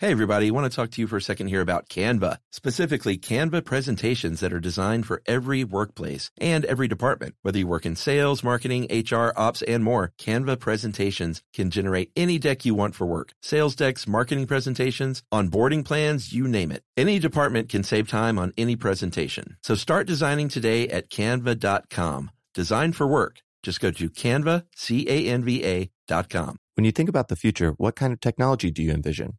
Hey everybody, I want to talk to you for a second here about Canva, specifically Canva presentations that are designed for every workplace and every department. Whether you work in sales, marketing, HR, ops, and more, Canva presentations can generate any deck you want for work. Sales decks, marketing presentations, onboarding plans, you name it. Any department can save time on any presentation. So start designing today at canva.com. Design for work. Just go to canva, C-A-N-V-A dot com. When you think about the future, what kind of technology do you envision?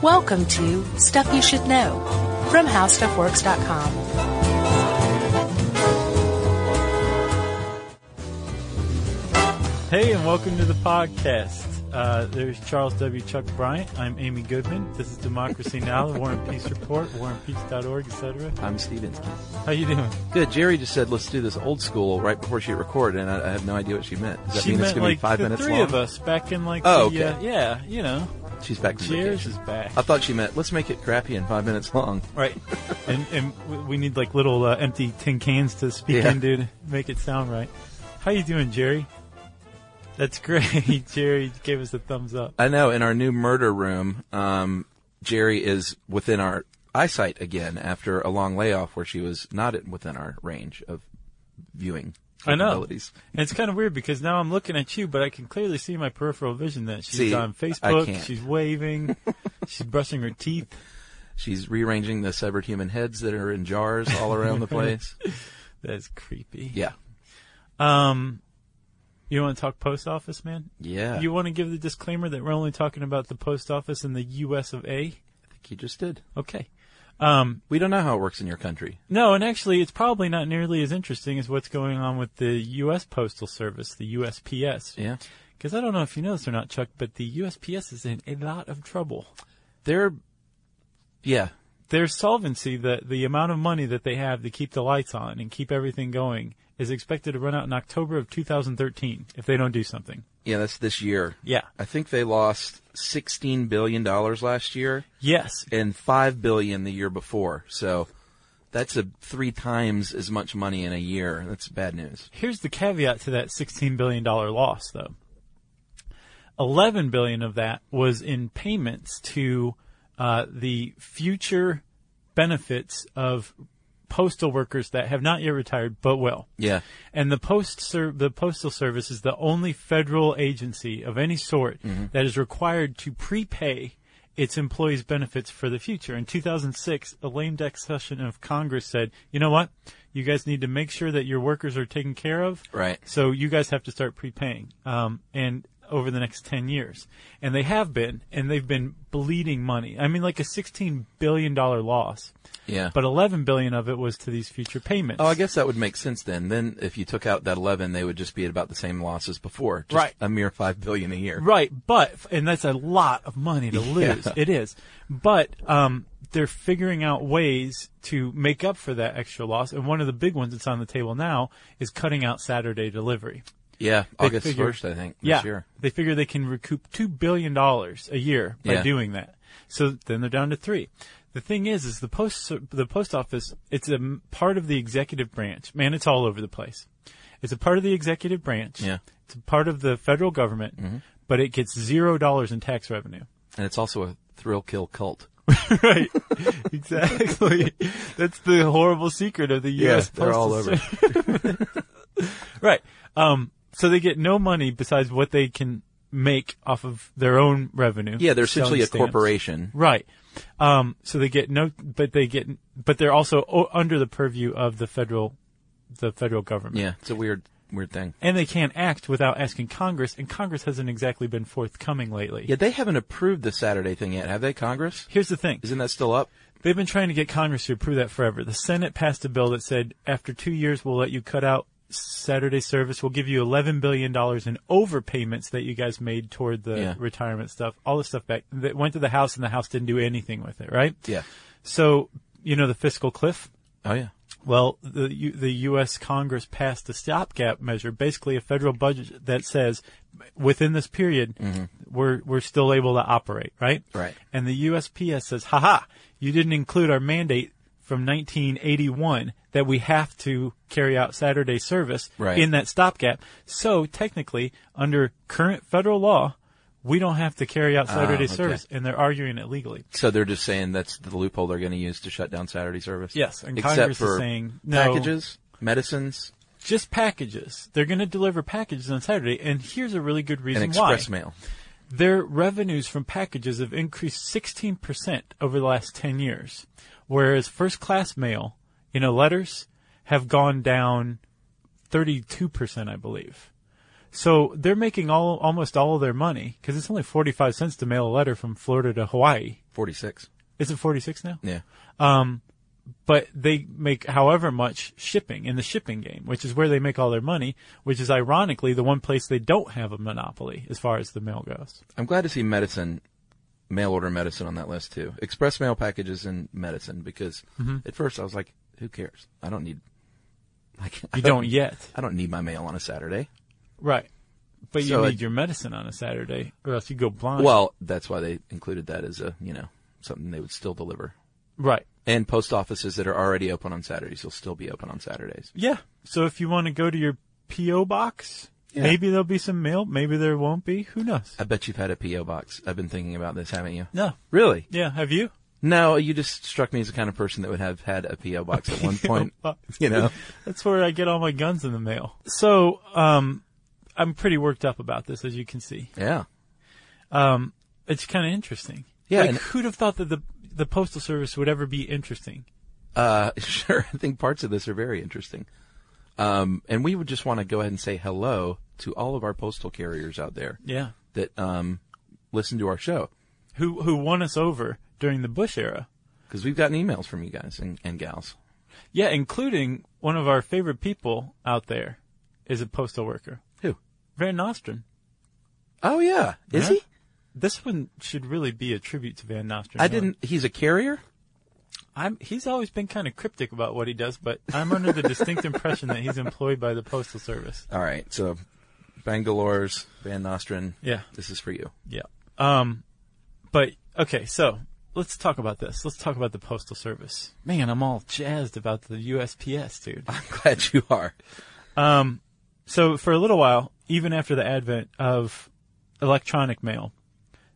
Welcome to Stuff You Should Know from HowStuffWorks.com. Hey, and welcome to the podcast. Uh, there's Charles W. Chuck Bryant. I'm Amy Goodman. This is Democracy Now!, the War and Peace Report, warandpeace.org, etc. I'm Stevenson. How you doing? Good. Jerry just said, let's do this old school right before she recorded, and I, I have no idea what she meant. Does that she mean it's meant going to like be five the minutes three long? of us back in like Oh, okay. the, uh, yeah, you know, She's back from Cheers vacation. is back. I thought she meant, let's make it crappy and five minutes long. right. and and w- we need like little uh, empty tin cans to speak Yeah. into to make it sound right. How you doing, Jerry? That's great. Jerry gave us a thumbs up. I know. In our new murder room, um, Jerry is within our eyesight again after a long layoff where she was not in- within our range of viewing I know. And capabilities. it's kind of weird because now I'm looking at you, but I can clearly see my peripheral vision that she's See, on I Facebook, can't. she's waving, she's brushing her teeth. She's rearranging the severed human heads that are in jars all around the place. That's creepy. Yeah. Um, you want to talk post office, man? Yeah. You want to give the disclaimer that we're only talking about the post office in the U.S. of A. I think you just did. Okay. Um, We don't know how it works in your country. no, and actually, it's probably not nearly as interesting as what's going on with the U.S. Postal Service, the USPS. Yeah. Because I don't know if you know this or not, Chuck, but the USPS is in a lot of trouble. They're, yeah. their solvency, the the amount of money that they have to keep the lights on and keep everything going, is expected to run out in October of 2013 if they don't do something. Yeah, that's this year. Yeah. I think they lost $16 billion last year. Yes. and five billion the year before. So that's a three times as much money in a year. That's bad news. Here's the caveat to that 16 billion dollar loss, though. 11 billion of that was in payments to uh, the future benefits of postal workers that have not yet retired but will. Yeah, And the post ser- the postal service is the only federal agency of any sort Mm-hmm. that is required to prepay its employees' benefits for the future. In 2006, a lame duck session of Congress said, "You know what? You guys need to make sure that your workers are taken care of. Right. So you guys have to start prepaying." Um, and over the next 10 years. And they have been, and they've been bleeding money. I mean, like a $16 billion loss, yeah. but 11 billion of it was to these future payments. oh, I guess that would make sense then. Then if you took out that eleven, they would just be at about the same loss as before. Just Right. A mere five billion a year. Right, but and that's a lot of money to lose. It is, but um, they're figuring out ways to make up for that extra loss. And one of the big ones that's on the table now is cutting out Saturday delivery. Yeah, They August figure- first, I think. yeah, This year. they figure they can recoup two billion dollars a year by Yeah. doing that. So then they're down to three. The thing is, is the post the post office. It's a m- part of the executive branch. Man, it's all over the place. It's a part of the executive branch. Yeah. Mm-hmm. It's a part of the federal government, but it gets zero dollars in tax revenue. And it's also a thrill kill cult. right. Exactly. That's the horrible secret of the Yeah, U.S. they're all Postal Ser- right. Um, so they get no money besides what they can make off of their own revenue. Yeah, they're essentially selling a stamps. corporation. Right. Um, so they get no, but they get, but they're also o- under the purview of the federal, the federal government. Yeah, it's a weird, weird thing. And they can't act without asking Congress, and Congress hasn't exactly been forthcoming lately. Yeah, they haven't approved the Saturday thing yet, have they? Congress? Here's the thing. Isn't that still up? They've been trying to get Congress to approve that forever. The Senate passed a bill that said after two years, we'll let you cut out Saturday service. We'll give you $11 billion in overpayments that you guys made toward the Yeah. retirement stuff, all this stuff back. That went to the House and the House didn't do anything with it, right? Yeah. So, you know, the fiscal cliff. Oh yeah. Well, the U- the U.S. Congress passed a stopgap measure, basically a federal budget that says within this period we're we're still able to operate, right? Mm-hmm. Right. And the USPS says, "Ha ha! You didn't include our mandate from 1981 that we have to carry out Saturday service Right. in that stopgap. So technically, under current federal law, we don't have to carry out Saturday Ah, okay. service, and they're arguing it legally." So they're just saying that's the loophole they're going to use to shut down Saturday service. Yes, and Except Congress is for saying, no. packages, medicines, just packages. They're going to deliver packages on Saturday, and here's a really good and reason why. express mail. Their revenues from packages have increased 16% over the last 10 years, whereas first class mail, you know, letters have gone down 32%, I believe. So they're making all almost all of their money because it's only 45 cents to mail a letter from Florida to Hawaii. Forty six. Is it 46 now? Yeah. Um, but they make however much shipping in the shipping game, which is where they make all their money, which is ironically the one place they don't have a monopoly as far as the mail goes. I'm glad to see medicine, mail order medicine on that list too. Express mail packages and medicine because Mm-hmm. at first I was like, who cares? I don't need. Like, I You don't yet. I don't need my mail on a Saturday. Right. But you So need it- your medicine on a Saturday or else you go blind. Well, that's why they included that as a you know something they would still deliver. right. And post offices that are already open on Saturdays will still be open on Saturdays. Yeah. So if you want to go to your P.O. box, Yeah. Uh, maybe there'll be some mail. Maybe there won't be. Who knows? I bet you've had a PO box. I've been thinking about this, haven't you? No. Really? Yeah. Have you? No, you just struck me as the kind of person that would have had a PO box at one point. You know, uh, That's where I get all my guns in the mail. So, um, I'm pretty worked up about this, as you can see. yeah. um, it's kind of interesting. Yeah, like, and- who'd have thought that the the postal service would ever be interesting? Uh, sure. I think parts of this are very interesting. Um, and we would just want to go ahead and say hello to all of our postal carriers out there Yeah, that um, listen to our show who who won us over during the Bush era? because we've gotten emails from you guys and, and gals. Yeah, including one of our favorite people out there is a postal worker, Who? Van Nostrand. Oh yeah, is Yeah. he? This one should really be a tribute to Van Nostrand. I didn't. He's a carrier. I'm, he's always been kind of cryptic about what he does, but I'm under the distinct impression that he's employed by the postal service. All right. So, Bangalore's Van Nostrand. Yeah. This is for you. Yeah. Um, but okay, so let's talk about this. Let's talk about the postal service. Man, I'm all jazzed about the USPS, dude. I'm glad you are. so for a little while, even after the advent of electronic mail,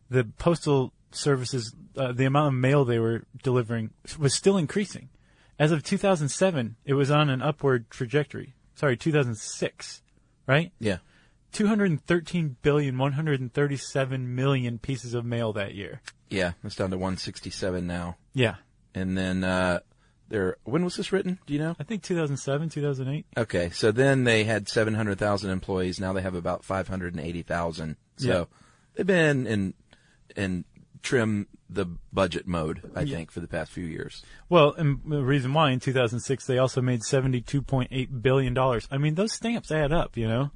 the postal services, uh, the amount of mail they were delivering was still increasing. As of 2007, it was on an upward trajectory. Sorry, 2006, right? Yeah. 213,137,000,000 pieces of mail that year. Yeah. It's down to 167 now. Yeah. And then uh, there. When was this written? Do you know? I think 2007, 2008. Okay, so then they had 700,000 employees. Now they have about 580,000. So Yeah. they've been in in trim the budget mode, I think, for the past few years. Well, and the reason why in 2006 they also made 72.8 billion dollars. I mean, those stamps add up, you know.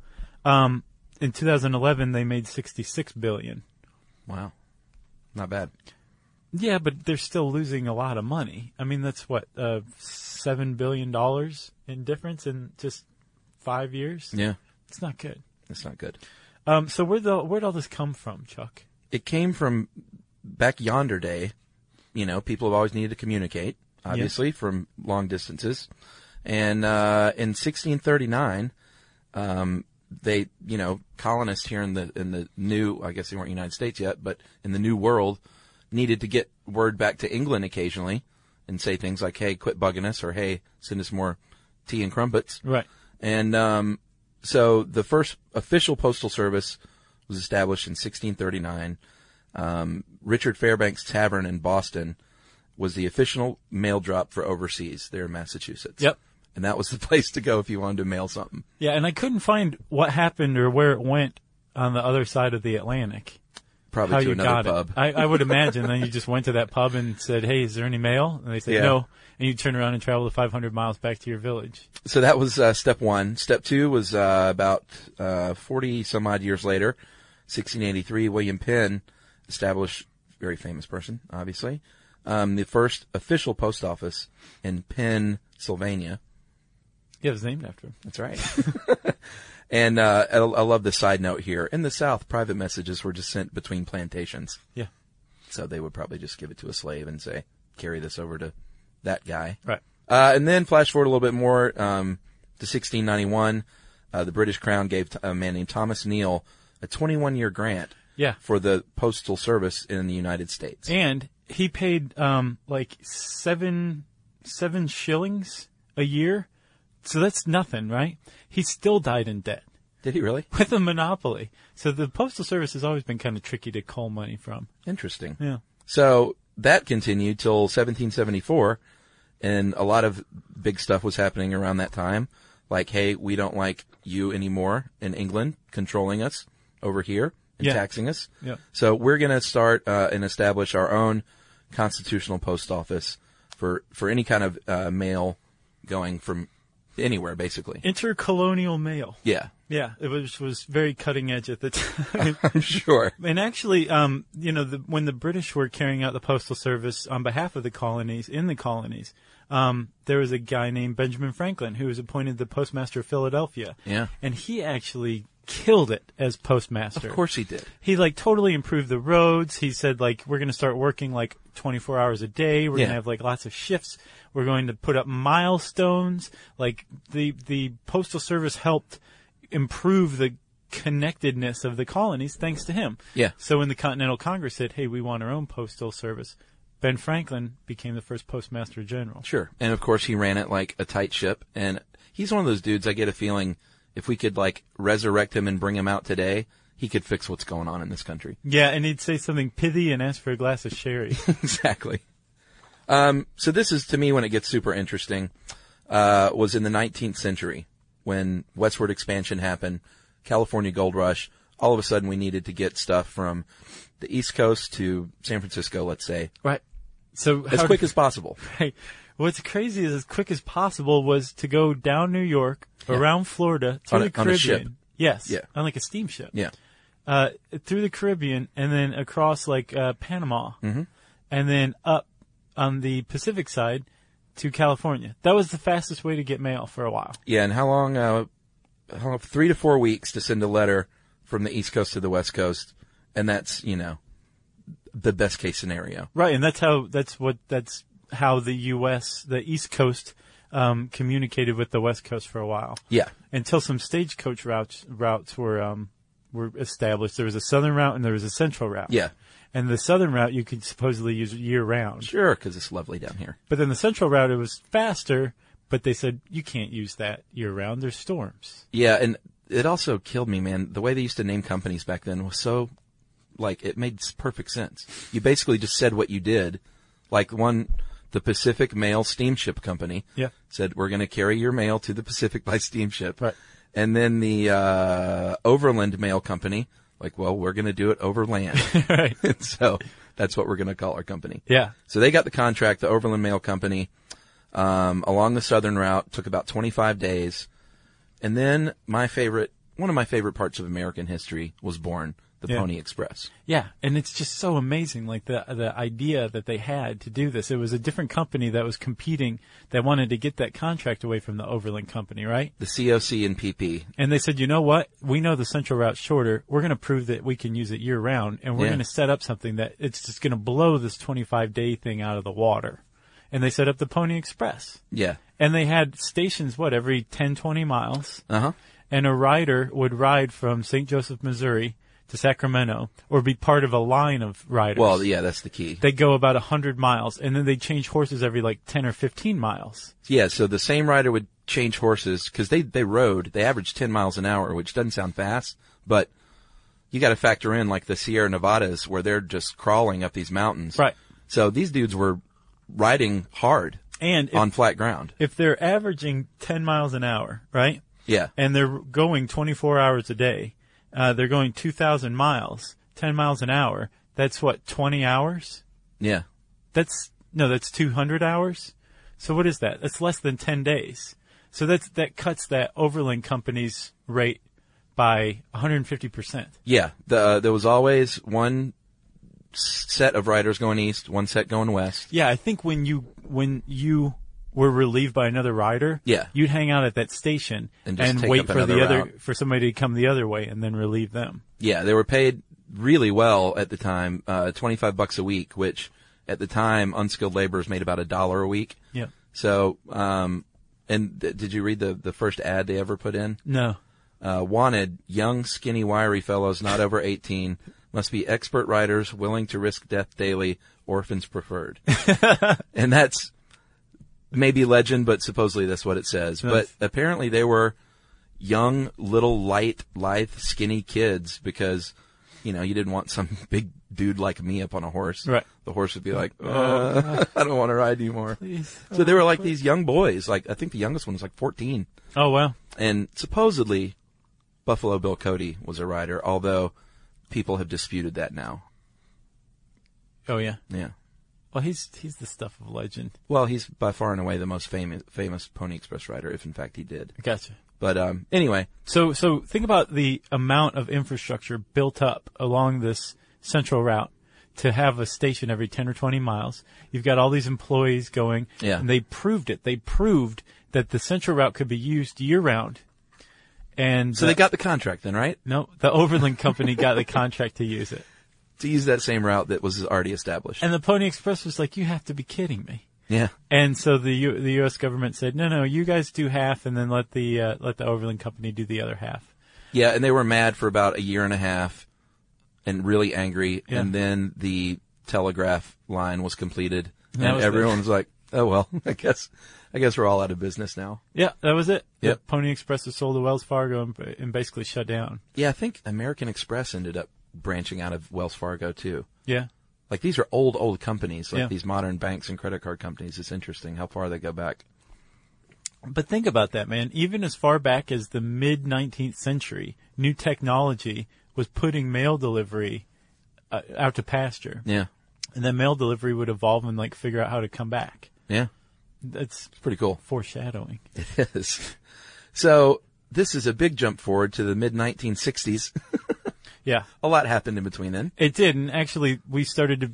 Um, in 2011 they made 66 billion. Wow, not bad. Yeah, but they're still losing a lot of money. I mean, that's what uh, seven billion dollars in difference in just five years. Yeah, It's not good. that's not good. Um, so where the where'd all this come from, Chuck? It came from back yonder day. You know, people have always needed to communicate, obviously, from long distances. And uh, in 1639, um, they, you know, colonists here in the in the new, I guess they weren't United States yet, but in the new world, needed to get word back to England occasionally, and say things like, "Hey, quit bugging us," or "Hey, send us more tea and crumpets." Right. And um, so the first official postal service was established in 1639. Um, Richard Fairbanks Tavern in Boston was the official mail drop for overseas there in Massachusetts. Yep. And that was the place to go if you wanted to mail something. Yeah, and I couldn't find what happened or where it went on the other side of the Atlantic. Probably how to you got another pub. it. I, I would imagine then you just went to that pub and said, "Hey, is there any mail?" And they said, Yeah. "No," and you turn around and travel the 500 miles back to your village. so that was uh, step one. Step two was uh, about uh, 40 some odd years later, 1683, William Penn established, very famous person, obviously, um, the first official post office in Pennsylvania. Yeah, it was named after him. That's right. and uh, I, I love the side note here. In the South, private messages were just sent between plantations. Yeah. So they would probably just give it to a slave and say, carry this over to that guy. Right. Uh, and then flash forward a little bit more um, to 1691. Uh, the British Crown gave t- a man named Thomas Neal a 21 year grant Yeah. for the Postal Service in the United States. And he paid um like seven seven shillings a year. So that's nothing, right? He still died in debt Did he really? with a monopoly. So the postal service has always been kind of tricky to call money from. Interesting. Yeah. So that continued till 1774, and a lot of big stuff was happening around that time. Like, hey, we don't like you anymore in England controlling us over here and Yeah. taxing us. Yeah. So we're going to start uh, and establish our own constitutional post office for for any kind of uh, mail going from anywhere, basically. Intercolonial mail. Yeah, Yeah, it was was very cutting edge at the time. I'm sure. And actually, um, you know, the, when the British were carrying out the postal service on behalf of the colonies in the colonies, um, there was a guy named Benjamin Franklin who was appointed the postmaster of Philadelphia. Yeah. and he actually killed it as postmaster. Of course he did. he like totally improved the roads. He said like we're going to start working like 24 hours a day. We're Yeah. going to have like lots of shifts. We're going to put up milestones. Like the the postal service helped improve the connectedness of the colonies thanks to him. Yeah. So when the Continental Congress said, "Hey, we want our own postal service," Ben Franklin became the first postmaster general. Sure. And of course, he ran it like a tight ship. And he's one of those dudes. I get a feeling if we could like resurrect him and bring him out today, he could fix what's going on in this country. Yeah, and he'd say something pithy and ask for a glass of sherry. exactly. Um, so this is to me when it gets super interesting. Uh, was in the 19th century when westward expansion happened, California gold rush. All of a sudden, we needed to get stuff from the East Coast to San Francisco, let's say, right. So as how- quick as possible. Hey, what's crazy is as quick as possible was to go down New York, around Florida, through On a- the on a Caribbean. ship. Yes. Yeah. On like a steamship. Yeah. Uh, through the Caribbean and then across like uh, Panama, Mm-hmm. and then up on the Pacific side to California. That was the fastest way to get mail for a while. Yeah, and how long? Uh, how long? Three to four weeks to send a letter from the East Coast to the West Coast, and that's you know the best case scenario. Right, and that's how that's what that's how the U.S. the East Coast um, communicated with the West Coast for a while. Yeah, until some stagecoach routes routes were um were established. There was a southern route and there was a central route. yeah, And the southern route you could supposedly use year round. sure, because it's lovely down here. But then the central route it was faster, but they said you can't use that year round. There's storms. Yeah, and it also killed me, man. The way they used to name companies back then was so like it made s- perfect sense. You basically just said what you did. Like one, the Pacific Mail Steamship Company. Yeah. Said we're going to carry your mail to the Pacific by steamship. Right. And then the uh, Overland Mail Company, like, well, we're going to do it overland. right. and so that's what we're going to call our company. Yeah. So they got the contract, the Overland Mail Company, um, along the southern route. Took about 25 days, and then my favorite, one of my favorite parts of American history was born, the Yeah. Pony Express. Yeah. And it's just so amazing, like the the idea that they had to do this. It was a different company that was competing that wanted to get that contract away from the Overland company, right? The COC and PP. And they said, you know what? We know the central route's shorter. We're going to prove that we can use it year round and we're Yeah. going to set up something that it's just going to blow this 25 day thing out of the water. And they set up the Pony Express Yeah. and they had stations, what, every 10, 20 miles. Uh huh. And a rider would ride from St. Joseph, Missouri to Sacramento or be part of a line of riders. Well, yeah, that's the key. they go about 100 miles and then they change horses every like 10 or 15 miles. Yeah. So the same rider would change horses because they they rode. They averaged 10 miles an hour, which doesn't sound fast, but you got to factor in like the Sierra Nevadas where they're just crawling up these mountains. Right. So these dudes were riding hard And if, on flat ground. if they're averaging 10 miles an hour, right? Yeah. and they're going 24 hours a day. Uh, they're going 2,000 miles, 10 miles an hour. That's what, 20 hours? Yeah. That's, no, that's 200 hours. So what is that? That's less than 10 days. So that's, that cuts that Overland company's rate by 150%. uh, Yeah. The, there was always one set of riders going east, one set going west. Yeah, I think when you when you were relieved by another rider, Yeah. you'd hang out at that station And just take wait up for the another other route. for somebody to come the other way and then relieve them. Yeah, they were paid really well at the time, uh, 25 bucks a week, which at the time unskilled laborers made about a dollar a week. Yeah. So, um, and th- did you read the, the first ad they ever put in? No. Uh, wanted young, skinny, wiry fellows not over 18 must be expert riders willing to risk death daily, orphans preferred. and that's maybe legend, but supposedly that's what it says. But That's- apparently they were young, little, light, lithe, skinny kids because, you know, you didn't want some big dude like me up on a horse. Right. The horse would be like, "Uh, I don't want to ride anymore. So they were like these young boys, like I think the youngest one was like 14. Oh well. And supposedly, Buffalo Bill Cody was a rider, although people have disputed that now. Oh yeah. Yeah. Well, he's he's the stuff of legend. Well, he's by far and away the most famous famous Pony Express rider, if in fact he did. Gotcha. But um, anyway, So so think about the amount of infrastructure built up along this central route to have a station every 10 or 20 miles. You've got all these employees going Yeah. and they proved it. They proved that the central route could be used year round. And so they got the contract then, right? no, the Overland company got the contract to use it. To use that same route that was already established. And the Pony Express was like, you have to be kidding me. yeah. And so the U- the U.S. government said, no, no, you guys do half, and then let the uh, let the Overland Company do the other half. Yeah, and they were mad for about a year and a half and really angry. Yeah. And then the telegraph line was completed That and was the- everyone was like, oh well, I guess, I guess we're all out of business now. Yeah, that was it. The Yep. Pony Express was sold to Wells Fargo and, and basically shut down. Yeah, I think American Express ended up branching out of Wells Fargo too. Yeah, Like these are old, old companies, like Yeah. these modern banks and credit card companies. It's interesting how far they go back. but think about that, man. Even as far back as the mid 19th century, new technology was putting mail delivery uh, out to pasture, Yeah. and then mail delivery would evolve and like figure out how to come back. Yeah. That's It's pretty cool. foreshadowing. It is. So this is a big jump forward to the mid 1960s. Yeah. a lot happened in between then. It did, and actually, we started to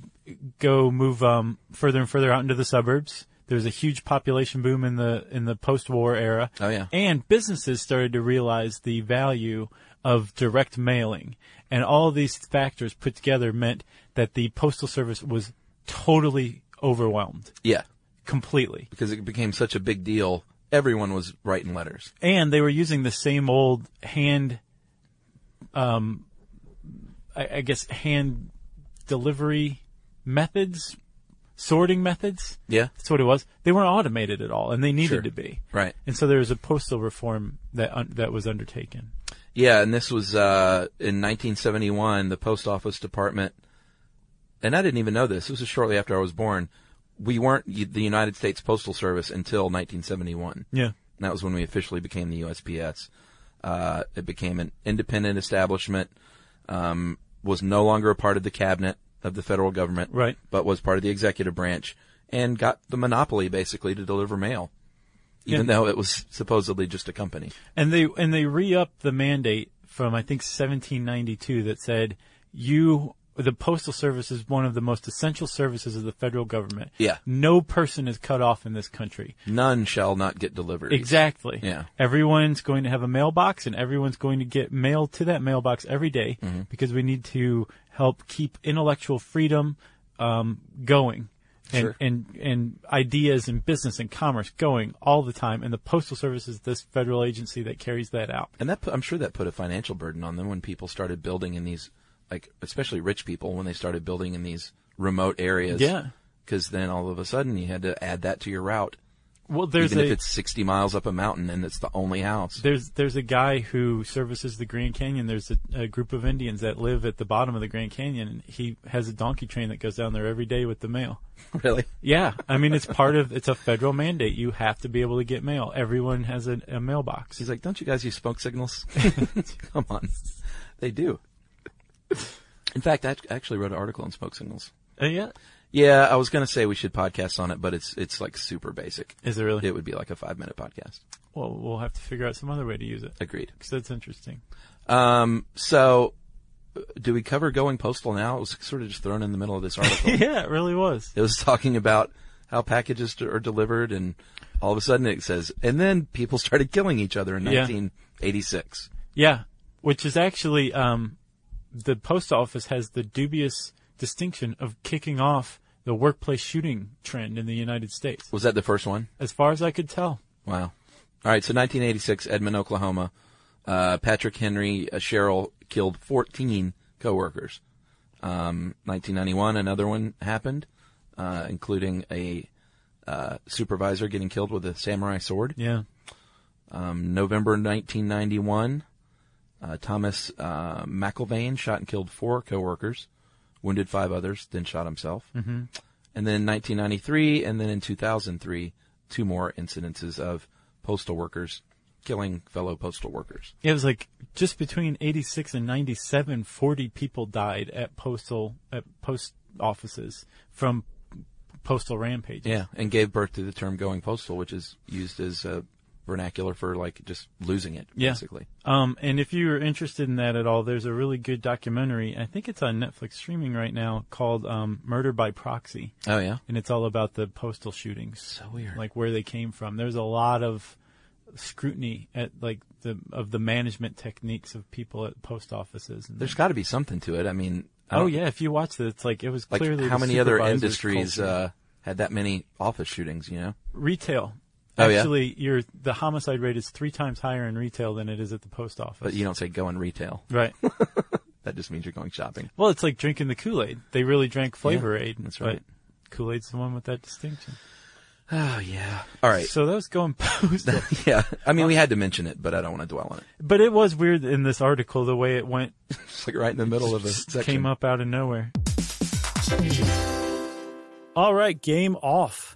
go move um, further and further out into the suburbs. There was a huge population boom in the in the post-war era. Oh, yeah. and businesses started to realize the value of direct mailing, and all of these factors put together meant that the postal service was totally overwhelmed, Yeah. completely. Because it became such a big deal. Everyone was writing letters. and they were using the same old hand, um, I, I guess hand delivery methods, sorting methods. Yeah. That's what it was. They weren't automated at all, and they needed Sure. to be. Right. And so there was a postal reform that un- that was undertaken. Yeah, and this was uh, in 1971. The post office department, and I didn't even know this. This was shortly after I was born. We weren't u- the United States Postal Service until 1971. Yeah. And that was when we officially became the USPS. Uh, it became an independent establishment. Um, was no longer a part of the cabinet of the federal government, Right. But was part of the executive branch and got the monopoly basically to deliver mail, even Yeah. though it was supposedly just a company. And they and they re-upped the mandate from I think 1792 that said you the postal service is one of the most essential services of the federal government. Yeah. No person is cut off in this country. None shall not get delivered. Exactly. Yeah. Everyone's going to have a mailbox and everyone's going to get mail to that mailbox every day Mm-hmm. because we need to help keep intellectual freedom um, going. And, Sure. and and ideas and business and commerce going all the time, and the postal service is this federal agency that carries that out. And that put, I'm sure that put a financial burden on them when people started building in these, like especially rich people when they started building in these remote areas. Yeah. Because then all of a sudden you had to add that to your route, Well, there's even a if it's 60 miles up a mountain and it's the only house. there's there's a guy who services the Grand Canyon. There's a, a group of Indians that live at the bottom of the Grand Canyon, and he has a donkey train that goes down there every day with the mail. really? Yeah, I mean it's part of it's a federal mandate. You have to be able to get mail. Everyone has a, a mailbox. He's like, don't you guys use smoke signals? Come on, they do. In fact, I actually wrote an article on smoke signals. Uh, yeah, Yeah, I was gonna say we should podcast on it, but it's it's like super basic. is it really? It would be like a five minute podcast. Well, we'll have to figure out some other way to use it Agreed. because that's interesting. Um, so do we cover going postal now? It was sort of just thrown in the middle of this article. yeah, it really was. It was talking about how packages are delivered, and all of a sudden it says, and then people started killing each other in Yeah. 1986. Yeah, which is actually um, the post office has the dubious distinction of kicking off the workplace shooting trend in the United States, Was that the first one? as far as I could tell. Wow. All right, so 1986, Edmond, Oklahoma. Uh, Patrick Henry uh, Sherrill killed 14 coworkers. Um, 1991, another one happened, uh, including a uh, supervisor getting killed with a samurai sword. Yeah, Um, November 1991, uh, Thomas uh, McIlvain shot and killed four coworkers, wounded five others, then shot himself. Mm-hmm. And then 1993, and then in 2003, two more incidences of postal workers killing fellow postal workers. it was like just between 86 and 97, 40 people died at postal at post offices from postal rampages. Yeah, and gave birth to the term "going postal," which is used as a vernacular for like just losing it, Yeah. basically. Um, and if you are interested in that at all, there's a really good documentary. I think it's on Netflix streaming right now called um, "Murder by Proxy," Oh yeah, and it's all about the postal shootings. So weird. Like where they came from. There's a lot of scrutiny at like the of the management techniques of people at post offices. And there's got to be something to it. I mean, I oh don't- yeah, if you watch it, it's like it was like clearly how the many other supervisor's industries culture. uh, had that many office shootings? You know, retail. Oh, yeah? Actually, your the homicide rate is three times higher in retail than it is at the post office. but you don't say go in retail. right. That just means you're going shopping. Well, it's like drinking the Kool Aid. They really drank Flavor Aid. that's right. Kool Aid's the one with that distinction. Oh yeah. All right. So that was going postal. yeah. I mean, we had to mention it, but I don't want to dwell on it. but it was weird in this article the way it went It's like right in the middle of a section. came up out of nowhere. All right, game off.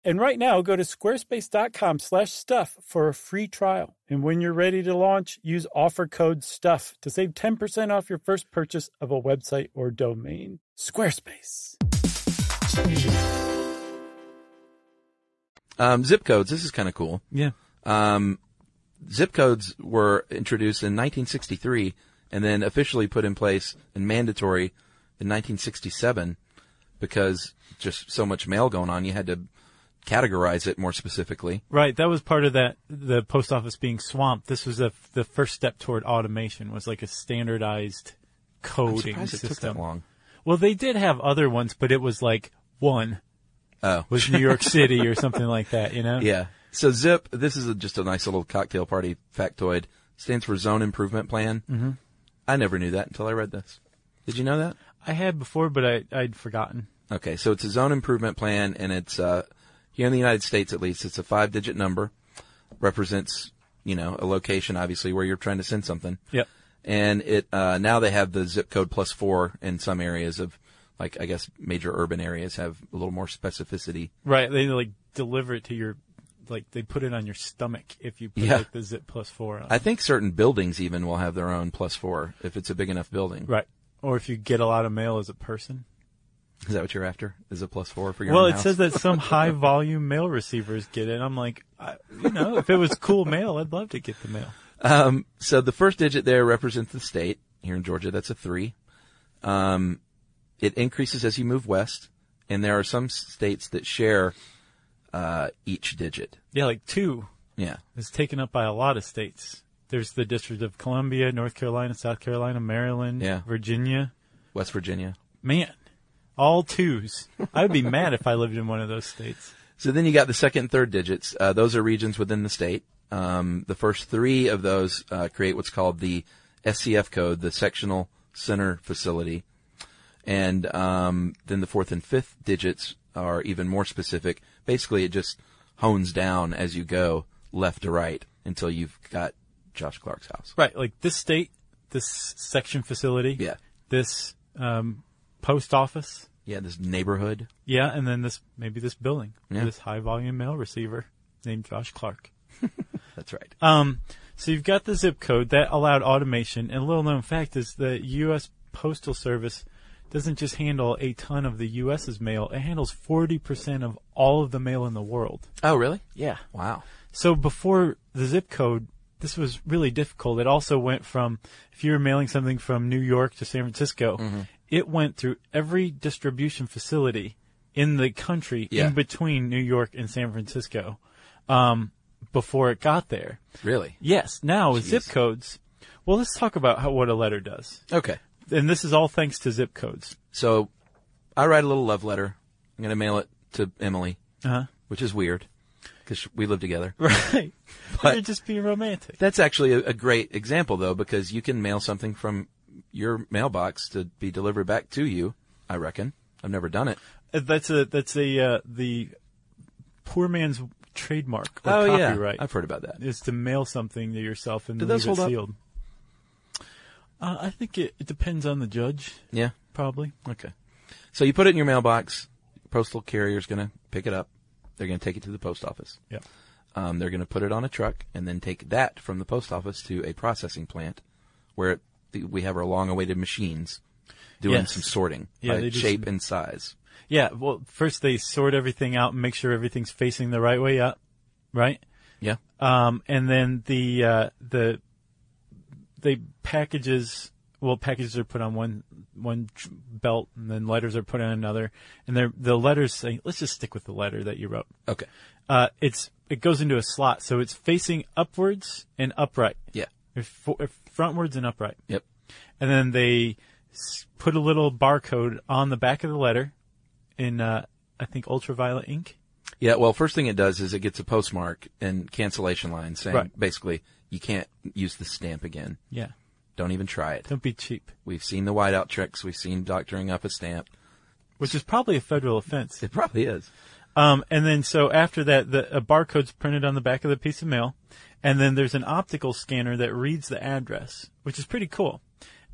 And right now, go to squarespace.com slash stuff for a free trial. And when you're ready to launch, use offer code STUFF to save 10% off your first purchase of a website or domain. Squarespace. Um, zip codes. This is kind of cool. Yeah. Um, zip codes were introduced in 1963 and then officially put in place and mandatory in 1967 because just so much mail going on, you had to categorize it more specifically. Right, that was part of that. The post office being swamped. This was the the first step toward automation. Was like a standardized I'm coding surprised it system. took that long. Well, they did have other ones, but it was like one Oh, was New York City or something like that. You know? yeah. So zip. This is a, just a nice little cocktail party factoid. Stands for Zone Improvement Plan. Mm-hmm. I never knew that until I read this. Did you know that? I had before, but I I'd forgotten. Okay, so it's a zone improvement plan, and it's uh, here in the United States at least. It's a five-digit number, represents you know a location, obviously where you're trying to send something. Yep. And it uh, now they have the zip code plus four in some areas of, like I guess major urban areas have a little more specificity. Right, they like deliver it to your, like they put it on your stomach if you put Yeah. like the Zip Plus Four on. I think certain buildings even will have their own plus four if it's a big enough building. right. Or if you get a lot of mail as a person. Is that what you're after? Is a plus four for your Well, own it house? says that some high volume mail receivers get it. I'm like, I, you know, if it was cool mail, I'd love to get the mail. Um, so the first digit there represents the state. Here in Georgia, that's a three. Um, it increases as you move west, and there are some states that share uh, each digit. Yeah, like two Yeah. is taken up by a lot of states. There's the District of Columbia, North Carolina, South Carolina, Maryland, Yeah. Virginia. West Virginia. Man, all twos. I would be mad if I lived in one of those states. So then you got the second and third digits. Uh, those are regions within the state. Um, the first three of those uh, create what's called the SCF code, the sectional center facility. And um, then the fourth and fifth digits are even more specific. Basically, it just hones down as you go left to right until you've got Josh Clark's house. Right, like this state, this section facility, Yeah. this um, post office, Yeah, this neighborhood. yeah, and then this maybe this building, Yeah. this high volume mail receiver named Josh Clark. That's right. Um, so you've got the zip code that allowed automation, and a little known fact is the U.S. Postal Service doesn't just handle a ton of the U.S.'s mail; it handles forty percent of all of the mail in the world. Oh, really? Yeah. Wow. So before the zip code, this was really difficult. It also went from if you were mailing something from New York to San Francisco, it went through every distribution facility in the country Yeah. in between New York and San Francisco um, before it got there. Really? Yes. Now with zip codes, well, let's talk about how, what a letter does. Okay. And this is all thanks to zip codes. So I write a little love letter. I'm going to mail it to Emily. Uh-huh. which is weird because we live together. Right. But- You're just being romantic. That's actually a, a great example though, because you can mail something from your mailbox to be delivered back to you. I reckon. I've never done it. Uh, That's a that's a uh, the poor man's trademark or copyright I've heard about that. is to mail something to yourself and Do leave those hold it up? sealed. Uh, I think it, it depends on the judge, Yeah. probably. Okay. So you put it in your mailbox. Postal carrier's going to pick it up. They're going to take it to the post office. Yeah. Um, they're going to put it on a truck and then take that from the post office to a processing plant where it, we have our long-awaited machines doing Yes. some sorting Yeah, by they do shape some- and size. Yeah. Well, first they sort everything out and make sure everything's facing the right way up, right? Yeah. Um, and then the uh, the they packages well packages are put on one one tr- belt and then letters are put on another and they're the letters say let's just stick with the letter that you wrote. Okay. Uh, it's it goes into a slot so it's facing upwards and upright. Yeah. If for, if frontwards and upright. Yep. And then they s- put a little barcode on the back of the letter in uh, I think ultraviolet ink. Yeah, well, first thing it does is it gets a postmark and cancellation line saying Right. basically you can't use the stamp again. Yeah. Don't even try it. Don't be cheap. We've seen the whiteout tricks. We've seen doctoring up a stamp. Which is probably a federal offense. It probably is. Um, and then so after that, the a barcode's printed on the back of the piece of mail, and then there's an optical scanner that reads the address, which is pretty cool.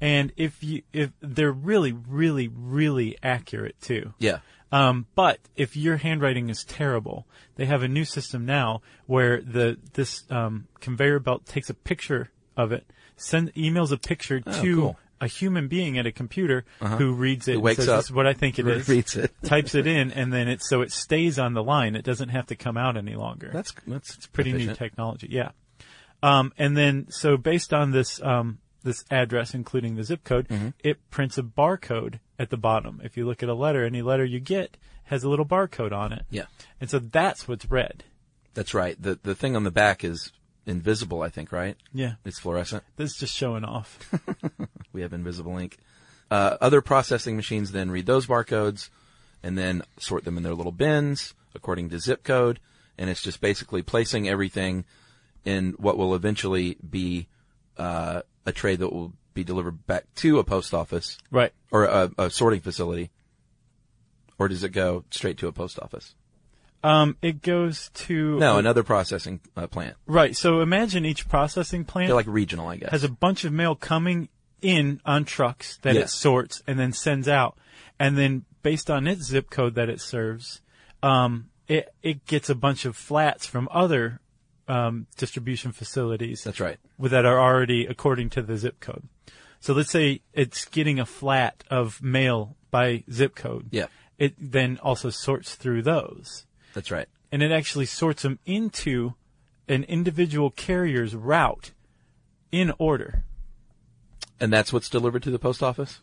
And if you if they're really really really accurate too. Yeah. Um, but if your handwriting is terrible, they have a new system now where the this um, conveyor belt takes a picture of it, send emails a picture to Oh, cool. Uh-huh. a human being at a computer who reads it. Who and wakes says, up, This is what I think it is reads it. types it in, and then it so it stays on the line. It doesn't have to come out any longer. That's that's pretty new efficient. technology. Yeah. Um, and then so based on this um, this address, including the zip code, Mm-hmm. it prints a barcode at the bottom. If you look at a letter, any letter you get has a little barcode on it. Yeah. And so that's what's read. That's right. The the thing on the back is invisible, I think, right? Yeah. It's fluorescent. That's just showing off. We have invisible ink. Uh, other processing machines then read those barcodes and then sort them in their little bins according to zip code. And it's just basically placing everything in what will eventually be uh, a tray that will be delivered back to a post office right. or a, a sorting facility. Or does it go straight to a post office? Um, it goes to No, another processing uh, plant. Right. So imagine each processing plant They're like regional, I guess. has a bunch of mail coming in on trucks that Yeah. it sorts and then sends out. And then based on its zip code that it serves, um, it it gets a bunch of flats from other um, distribution facilities That's right. that are already according to the zip code. So let's say it's getting a flat of mail by zip code. Yeah. It then also sorts through those. That's right. And it actually sorts them into an individual carrier's route in order. And that's what's delivered to the post office?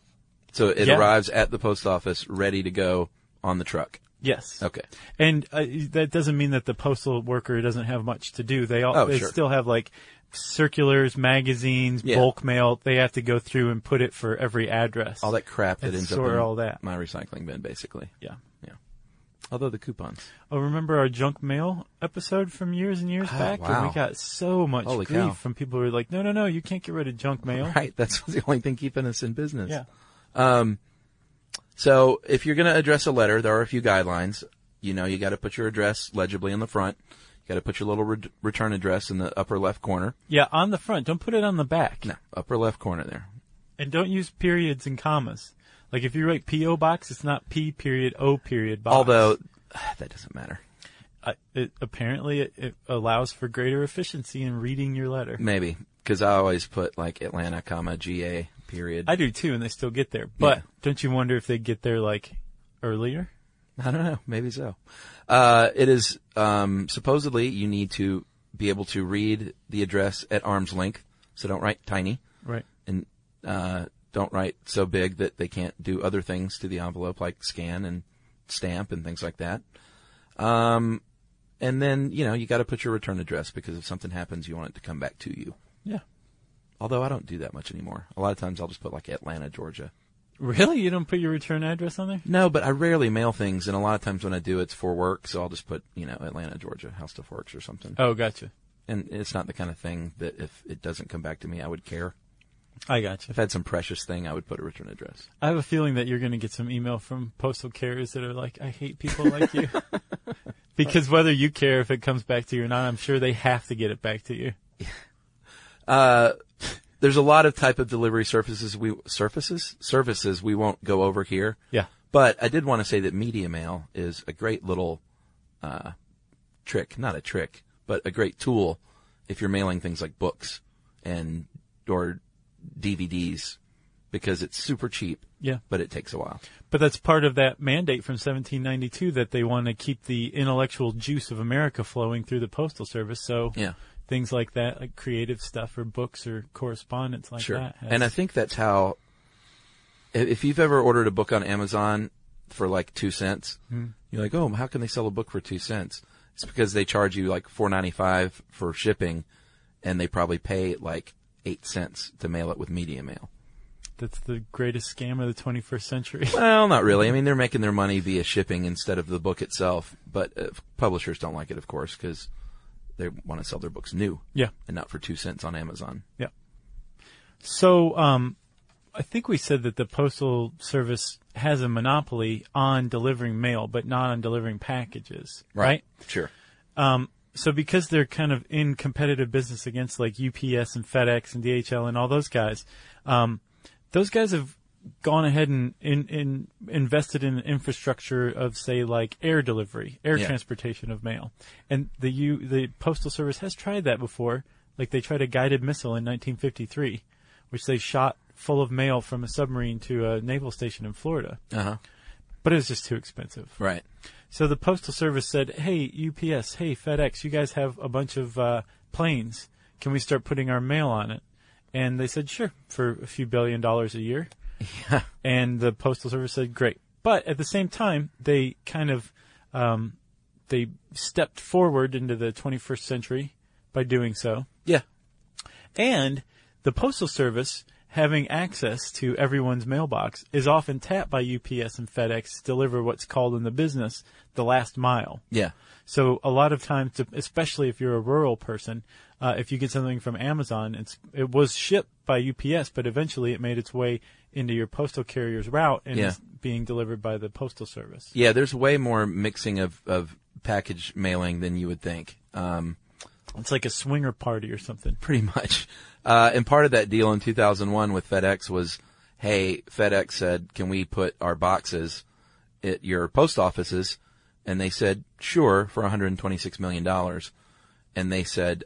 So it Yeah. arrives at the post office ready to go on the truck. Yes. Okay. And uh, that doesn't mean that the postal worker doesn't have much to do. They all Oh, they sure. still have like circulars, magazines, Yeah. bulk mail. They have to go through and put it for every address. All that crap that And ends up sort in all that. my recycling bin, basically. Yeah. Although the coupons. Oh, remember our junk mail episode from years and years Oh, back? And wow. we got so much Holy grief cow. from people who were like, no, no, no, you can't get rid of junk mail. Right. That's the only thing keeping us in business. Oh. Yeah. So if you're going to address a letter, there are a few guidelines. You know, you got to put your address legibly in the front. You got to put your little re- return address in the upper left corner. Yeah, on the front. Don't put it on the back. No, upper left corner there. And don't use periods and commas. Like if you write P.O. box, it's not P period O period box. Although that doesn't matter. I, it, apparently it, it allows for greater efficiency in reading your letter. Maybe because I always put like Atlanta, comma GA period. I do too, and they still get there. But Yeah. don't you wonder if they get there like earlier? I don't know. Maybe so. Uh, it is um, supposedly you need to be able to read the address at arm's length. So don't write tiny Right. and uh, don't write so big that they can't do other things to the envelope like scan and stamp and things like that. Um, and then you know you got to put your return address because if something happens, you want it to come back to you. Yeah. Although I don't do that much anymore. A lot of times I'll just put like Atlanta, Georgia. Really? You don't put your return address on there? No, but I rarely mail things, and a lot of times when I do, it's for work, so I'll just put, you know, Atlanta, Georgia, How Stuff Works or something. Oh, gotcha. And it's not the kind of thing that if it doesn't come back to me, I would care. I gotcha. If I had some precious thing, I would put a return address. I have a feeling that you're going to get some email from postal carriers that are like, I hate people like you. because whether you care if it comes back to you or not, I'm sure they have to get it back to you. There's a lot of type of delivery surfaces we, surfaces? Services we won't go over here. Yeah. But I did want to say that media mail is a great little uh, trick, not a trick, but a great tool if you're mailing things like books and or DVDs because it's super cheap, Yeah. but it takes a while. But that's part of that mandate from 1792 that they want to keep the intellectual juice of America flowing through the postal service. So Yeah, things like that, like creative stuff or books or correspondence like sure. that. has- And I think that's how. i- If you've ever ordered a book on Amazon for like two cents, Hmm. you're like, oh, how can they sell a book for two cents? It's because they charge you like four ninety five for shipping, and they probably pay like eight cents to mail it with media mail. that's the greatest scam of the 21st century. Well, not really. I mean, they're making their money via shipping instead of the book itself. But uh, publishers don't like it, of course, because they want to sell their books new yeah. and not for two cents on Amazon. Yeah. So, um, I think we said that the postal service has a monopoly on delivering mail, but not on delivering packages, right? Sure. So, because they're kind of in competitive business against like UPS and FedEx and DHL and all those guys, um, those guys have gone ahead and in, in invested in infrastructure of say like air delivery, air Yeah. transportation of mail, and the U, the postal service has tried that before. Like they tried a guided missile in 1953, which they shot full of mail from a submarine to a naval station in Florida, Uh huh. but it was just too expensive. Right. So the postal service said, "Hey UPS, hey FedEx, you guys have a bunch of uh, planes. Can we start putting our mail on it?" And they said, "Sure," for a few billion dollars a year. Yeah. And the postal service said, "Great." But at the same time, they kind of um, they stepped forward into the 21st century by doing so, Yeah. and the postal service. Having access to everyone's mailbox is often tapped by UPS and FedEx to deliver what's called in the business the last mile. Yeah. So a lot of times, to- especially if you're a rural person, uh, if you get something from Amazon, it's it was shipped by UPS, but eventually it made its way into your postal carrier's route and Yeah. is being delivered by the postal service. Yeah. There's way more mixing of, of package mailing than you would think. Um, It's like a swinger party or something. pretty much. Uh, and part of that deal in 2001 with FedEx was, hey, FedEx said, can we put our boxes at your post offices? And they said, sure, for $126 million. And they said,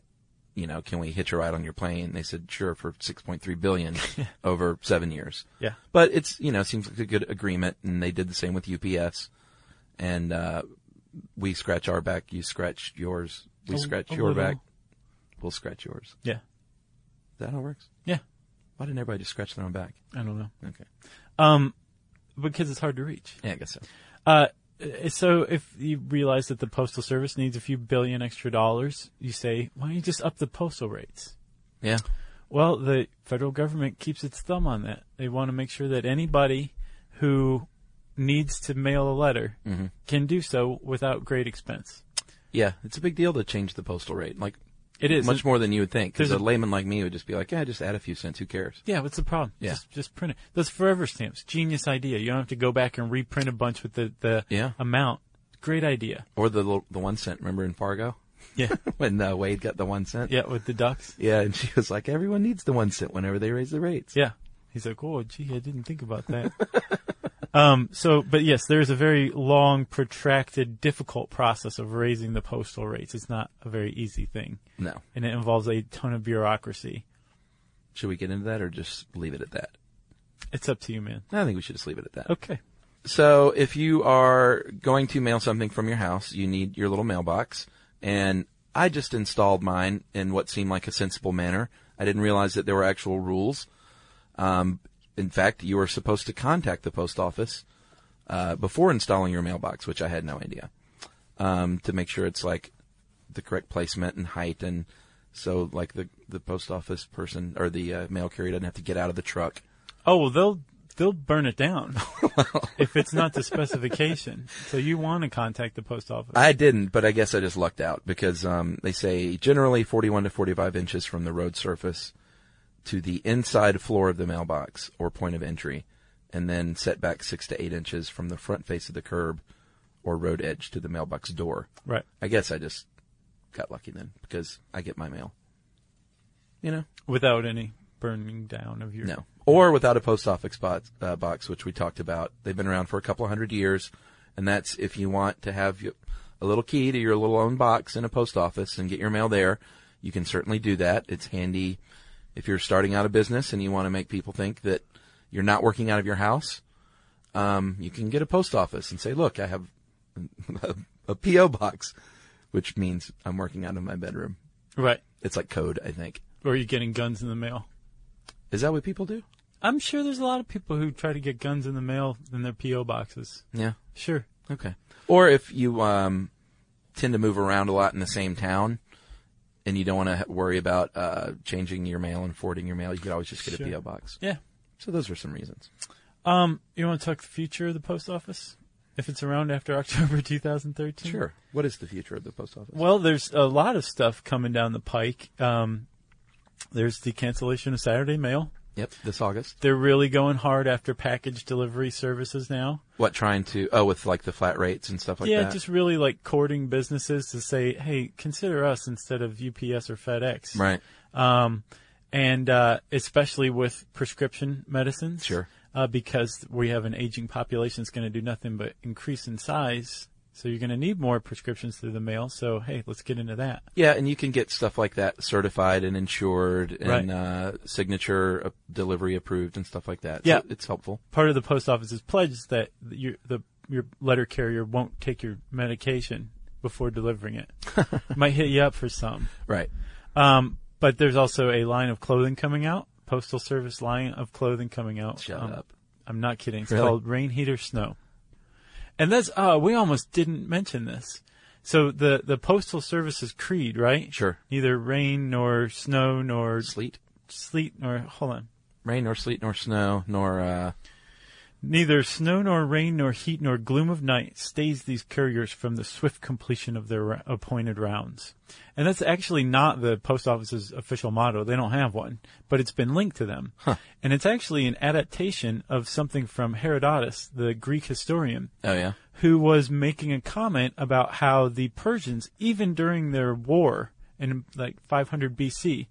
you know, can we hitch a ride on your plane? They said, sure, for 6.3 billion over seven years. Yeah. But it's, you know, seems like a good agreement. And they did the same with UPS. And, uh, we scratch our back. You scratch yours. We A- scratch a your little. back. We'll scratch yours. Yeah. Is that how it works? Yeah. Why didn't everybody just scratch their own back? I don't know. Okay. Um, because it's hard to reach. Yeah, I guess so. Uh, so if you realize that the postal service needs a few billion extra dollars, you say, why don't you just up the postal rates? Yeah. Well, the federal government keeps its thumb on that. They want to make sure that anybody who needs to mail a letter Mm-hmm. can do so without great expense. Yeah. It's a big deal to change the postal rate. Like, It is much more than you would think. Because a, there's a- layman like me would just be like, yeah, just add a few cents. Who cares? Yeah, what's the problem? Yeah. Just, just print it. Those forever stamps, genius idea. You don't have to go back and reprint a bunch with the, the Yeah. amount. Great idea. Or the little- the one cent. Remember in Fargo Yeah. when uh, Wade got the one cent? yeah, with the ducks. Yeah, and she was like, everyone needs the one cent whenever they raise the rates. Yeah. He's like, oh, gee, I didn't think about that. um, so, but yes, there is a very long, protracted, difficult process of raising the postal rates. It's not a very easy thing. No. And it involves a ton of bureaucracy. Should we get into that or just leave it at that? It's up to you, man. I think we should just leave it at that. Okay. So if you are going to mail something from your house, you need your little mailbox. And I just installed mine in what seemed like a sensible manner. I didn't realize that there were actual rules. Um, in fact, you are supposed to contact the post office uh, before installing your mailbox, which I had no idea, um, to make sure it's like the correct placement and height, and so like the the post office person or the uh, mail carrier doesn't have to get out of the truck. Oh, well, they'll, they'll burn it down if it's not to specification. So you want to contact the post office. I didn't, but I guess I just lucked out because um, they say generally 41 to 45 inches from the road surface to the inside floor of the mailbox or point of entry, and then set back six to eight inches from the front face of the curb or road edge to the mailbox door. right. I guess I just got lucky then because I get my mail. You know, Without any burning down of your. no, or without a post office box, uh, box, which we talked about. They've been around for a couple of hundred years, and that's if you want to have your, a little key to your little own box in a post office and get your mail there. You can certainly do that. It's handy if you're starting out a business and you want to make people think that you're not working out of your house. Um, you can get a post office and say, "Look, I have a, a PO box," which means I'm working out of my bedroom. Right. It's like code, I think. Or you're getting guns in the mail. Is that what people do? I'm sure there's a lot of people who try to get guns in the mail in their P.O. boxes. Yeah. Sure. Okay. Or if you um, tend to move around a lot in the same town and you don't want to worry about uh, changing your mail and forwarding your mail, you could always just get Sure. a PO box. Yeah. So those are some reasons. Um, you want to talk the future of the post office? If it's around after October 2013? Sure. What is the future of the post office? Well, there's a lot of stuff coming down the pike. Um, there's the cancellation of Saturday mail. Yep. This August. They're really going hard after package delivery services now. What trying to? Oh, with like the flat rates and stuff like yeah, that. just really like courting businesses to say, hey, consider us instead of UPS or FedEx. right. um, and uh, especially with prescription medicines. Sure. Uh, because we have an aging population that's going to do nothing but increase in size. So you're going to need more prescriptions through the mail. So hey, let's get into that. Yeah, and you can get stuff like that certified and insured and Right. uh, signature uh, delivery approved and stuff like that. Yeah. so it's helpful. Part of the post office's pledge is that your the your letter carrier won't take your medication before delivering it. Might hit you up for some. Right. Um, but there's also a line of clothing coming out, postal service line of clothing coming out. Shut Um, up. I'm not kidding. It's Really? called Rain Heat or Snow. And that's uh we almost didn't mention this. So the the postal service's creed, right? Sure. Neither rain nor snow nor Sleet, sleet nor hold on. rain, nor sleet, nor snow, nor uh, Neither snow nor rain nor heat nor gloom of night stays these couriers from the swift completion of their ra- appointed rounds. And that's actually not the post office's official motto. They don't have one, but it's been linked to them. And it's actually an adaptation of something from Herodotus, the Greek historian, oh yeah, who was making a comment about how the Persians, even during their war in like 500 BC,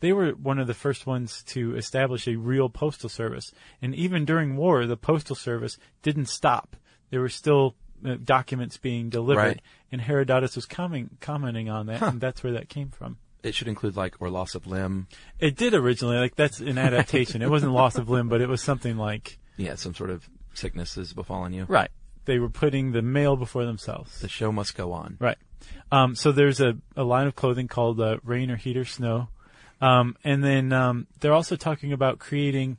they were one of the first ones to establish a real postal service. And even during war, the postal service didn't stop. They were still uh, documents being delivered. Right. And Herodotus was coming, commenting on that, and that's where that came from. It should include like or loss of limb. It did originally, like that's an adaptation. it wasn't loss of limb, but it was something like Yeah, some sort of sickness has befallen you. right. They were putting the male before themselves. The show must go on. Right. Um, so there's a, a line of clothing called uh, Rain or Heat or Snow. Um, and then um, they're also talking about creating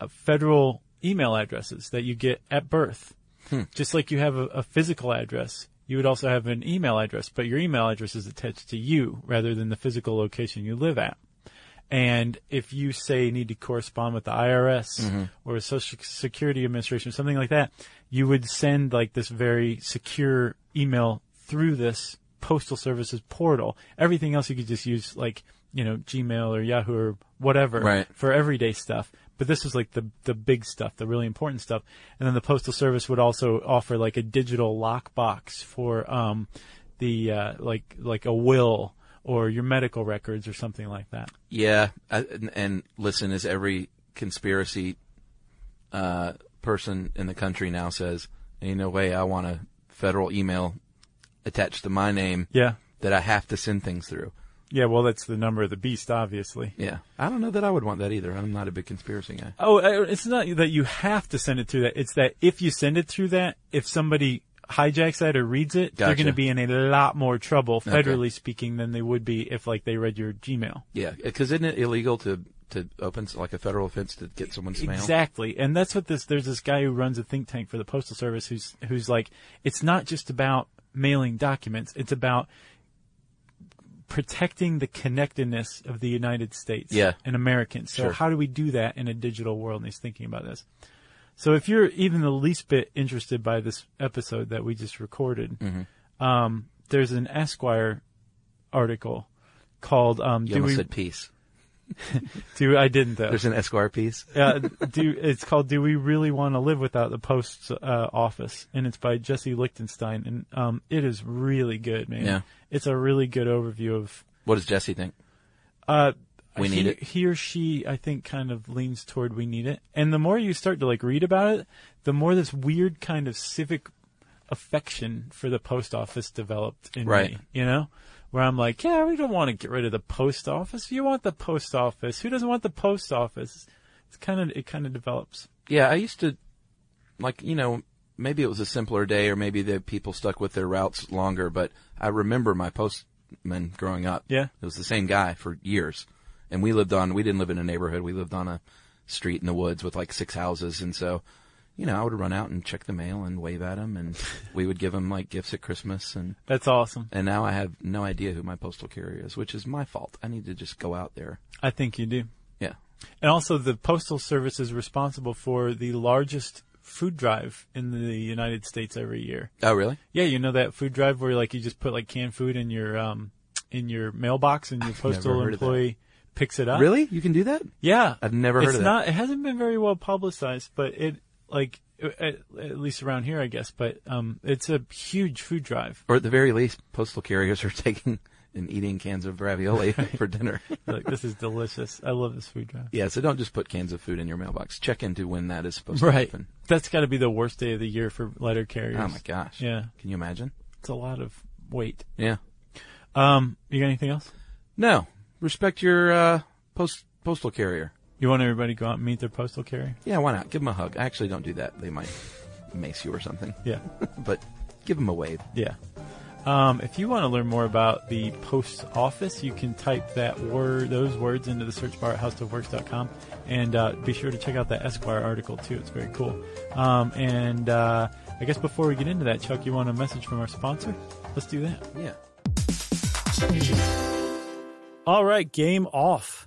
uh, federal email addresses that you get at birth. Just like you have a, a physical address, you would also have an email address, but your email address is attached to you rather than the physical location you live at. And if you say you need to correspond with the IRS or a Social Security Administration, something like that, you would send like this very secure email through this postal services portal. Everything else you could just use like, you know, Gmail or Yahoo or whatever Right. for everyday stuff. But this was like the, the big stuff, the really important stuff. And then the postal service would also offer like a digital lockbox for, um, the, uh, like, like a will or your medical records or something like that. Yeah, I, and, and listen, as every conspiracy uh, person in the country now says, "Ain't no way I want a federal email attached to my name Yeah. that I have to send things through." Yeah, well, that's the number of the beast, obviously. Yeah, I don't know that I would want that either. I'm not a big conspiracy guy. Oh, uh, it's not that you have to send it through that. It's that if you send it through that, if somebody hijacks that or reads it, they're Gotcha. going to be in a lot more trouble, Okay. federally speaking, than they would be if like they read your Gmail. Yeah, because isn't it illegal to to open like a federal offense to get someone's mail? Exactly, and that's what this. There's this guy who runs a think tank for the postal service who's who's like, it's not just about mailing documents. It's about protecting the connectedness of the United States Yeah. and Americans. So Sure. how do we do that in a digital world? And he's thinking about this. So if you're even the least bit interested by this episode that we just recorded, Mm-hmm. um, there's an Esquire article called um, You "Do almost we said peace. do?" I didn't though. There's an Esquire piece. uh, do it's called "Do We Really Want to Live Without the Post uh, Office?" and it's by Jesse Lichtenstein, and um, it is really good, man. Yeah. it's a really good overview of. What does Jesse think? Uh, We he, need it. He or she, I think, kind of leans toward we need it. And the more you start to like read about it, the more this weird kind of civic affection for the post office developed in Right. me. You know, where I'm like, yeah, we don't want to get rid of the post office. You want the post office? Who doesn't want the post office? It's kind of it kind of develops. Yeah, I used to, like, you know, maybe it was a simpler day or maybe the people stuck with their routes longer, but I remember my postman growing up. Yeah. It was the same guy for years. And we lived on, we didn't live in a neighborhood. We lived on a street in the woods with like six houses. And so, you know, I would run out and check the mail and wave at him and we would give him like gifts at Christmas. And, That's awesome. and now I have no idea who my postal carrier is, which is my fault. I need to just go out there. I think you do. Yeah. And also, the Postal Service is responsible for the largest food drive in the United States every year. Oh, really? Yeah, you know that food drive where like you just put like canned food in your um in your mailbox and your postal heard of that. employee picks it up. Really? You can do that? Yeah, I've never it's heard of that. not, It hasn't been very well publicized, but it like at, at least around here, I guess. But um, it's a huge food drive. Or at the very least, postal carriers are taking and eating cans of ravioli for dinner. like this is delicious. I love this food drive. Yeah, so don't just put cans of food in your mailbox. Check into when that is supposed to Right. happen. That's got to be the worst day of the year for letter carriers. Oh my gosh. Yeah. Can you imagine? It's a lot of weight. Yeah. Um, you got anything else? No. Respect your uh, post postal carrier. You want everybody to go out and meet their postal carrier? Yeah, why not? Give them a hug. I actually don't do that. They might mace you or something. Yeah. But give them a wave. Yeah. Um, if you want to learn more about the post office, you can type that word, those words into the search bar at howstuffworks.com. And uh, be sure to check out that Esquire article too. It's very cool. Um, and uh, I guess before we get into that, Chuck, you want a message from our sponsor? Let's do that. Yeah. All right, game off.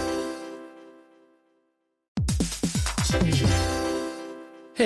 Hey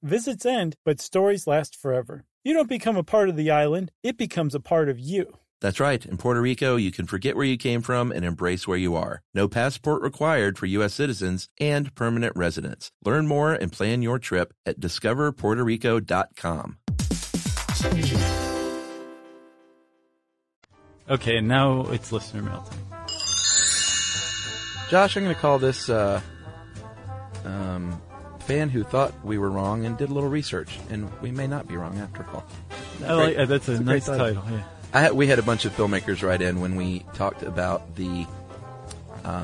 Visits end, but stories last forever. You don't become a part of the island, it becomes a part of you. That's right. In Puerto Rico, you can forget where you came from and embrace where you are. No passport required for U.S. citizens and permanent residents. Learn more and plan your trip at discoverpuertorico.com. Okay, and now it's listener mail time. Josh, I'm going to call this uh, um, fan who thought we were wrong and did a little research, and we may not be wrong after all. I like, uh, that's a It's a great nice title. title. Yeah. I had, we had a bunch of filmmakers write in when we talked about the um,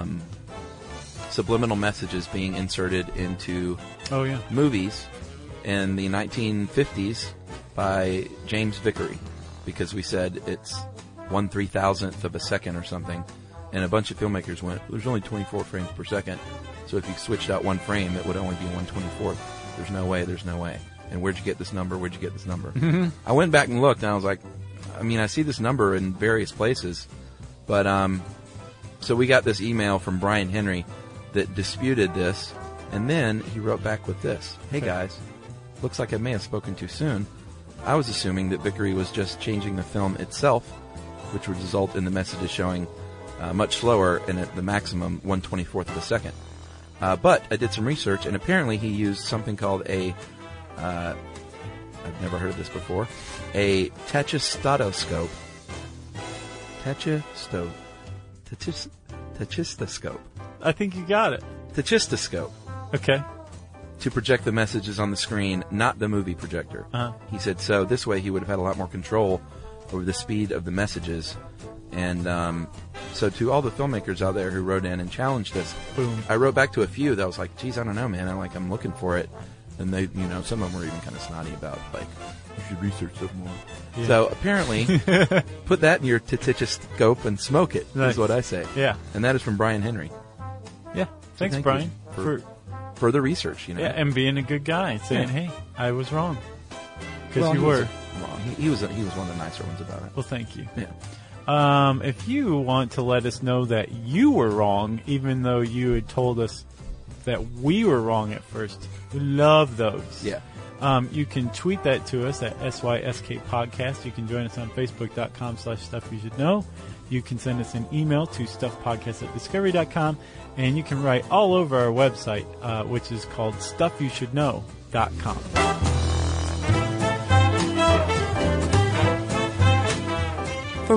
subliminal messages being inserted into Oh yeah. movies in the 1950s by James Vickery because we said it's one three thousandth of a second or something. And a bunch of filmmakers went, there's only 24 frames per second. So if you switched out one frame, it would only be 124th. There's no way, there's no way. And where'd you get this number? Where'd you get this number? I went back and looked and I was like, I mean, I see this number in various places, but, um, so we got this email from Brian Henry that disputed this, and then he wrote back with this Hey guys, looks like I may have spoken too soon. I was assuming that Vickery was just changing the film itself, which would result in the messages showing uh, much slower and at the maximum 124th of a second. Uh, but I did some research, and apparently he used something called a uh, I've never heard of this before. A tachystatoscope. Tachysto. Tachys, tachystoscope. I think you got it. Tachystoscope. Okay. To project the messages on the screen, not the movie projector. Uh-huh. He said so. This way, he would have had a lot more control over the speed of the messages. And um, so, to all the filmmakers out there who wrote in and challenged this, Boom. I wrote back to a few that was like, "Geez, I don't know, man. I like, I'm looking for it." And they, you know, some of them were even kind of snotty about like, "You should research it more." So apparently, put that in your scope and smoke it. Is Nice. what I say. Yeah. And that is from Brian Henry. Yeah. thank Thanks, you Brian, for- for, Further research, you know. yeah, and being a good guy, saying, Yeah. "Hey, I was wrong," because Well, you he was were. a- well, he, he was a, he was one of the nicer ones about it. Well, thank you. Yeah. Um, if you want to let us know that you were wrong, even though you had told us that we were wrong at first, we love those. Yeah. Um, you can tweet that to us at SYSK Podcast. You can join us on Facebook.com slash Stuff You Should Know. You can send us an email to stuffpodcast at discovery.com. And you can write all over our website, uh, which is called StuffYouShouldKnow.com. For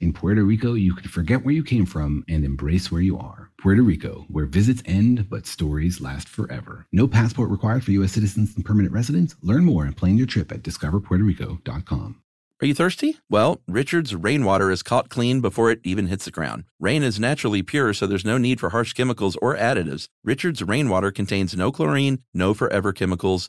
In Puerto Rico, you can forget where you came from and embrace where you are. Puerto Rico, where visits end but stories last forever. No passport required for U.S. citizens and permanent residents. Learn more and plan your trip at discoverpuertorico.com. Are you thirsty? Well, Richard's rainwater is caught clean before it even hits the ground. Rain is naturally pure, so there's no need for harsh chemicals or additives. Richard's rainwater contains no chlorine, no forever chemicals,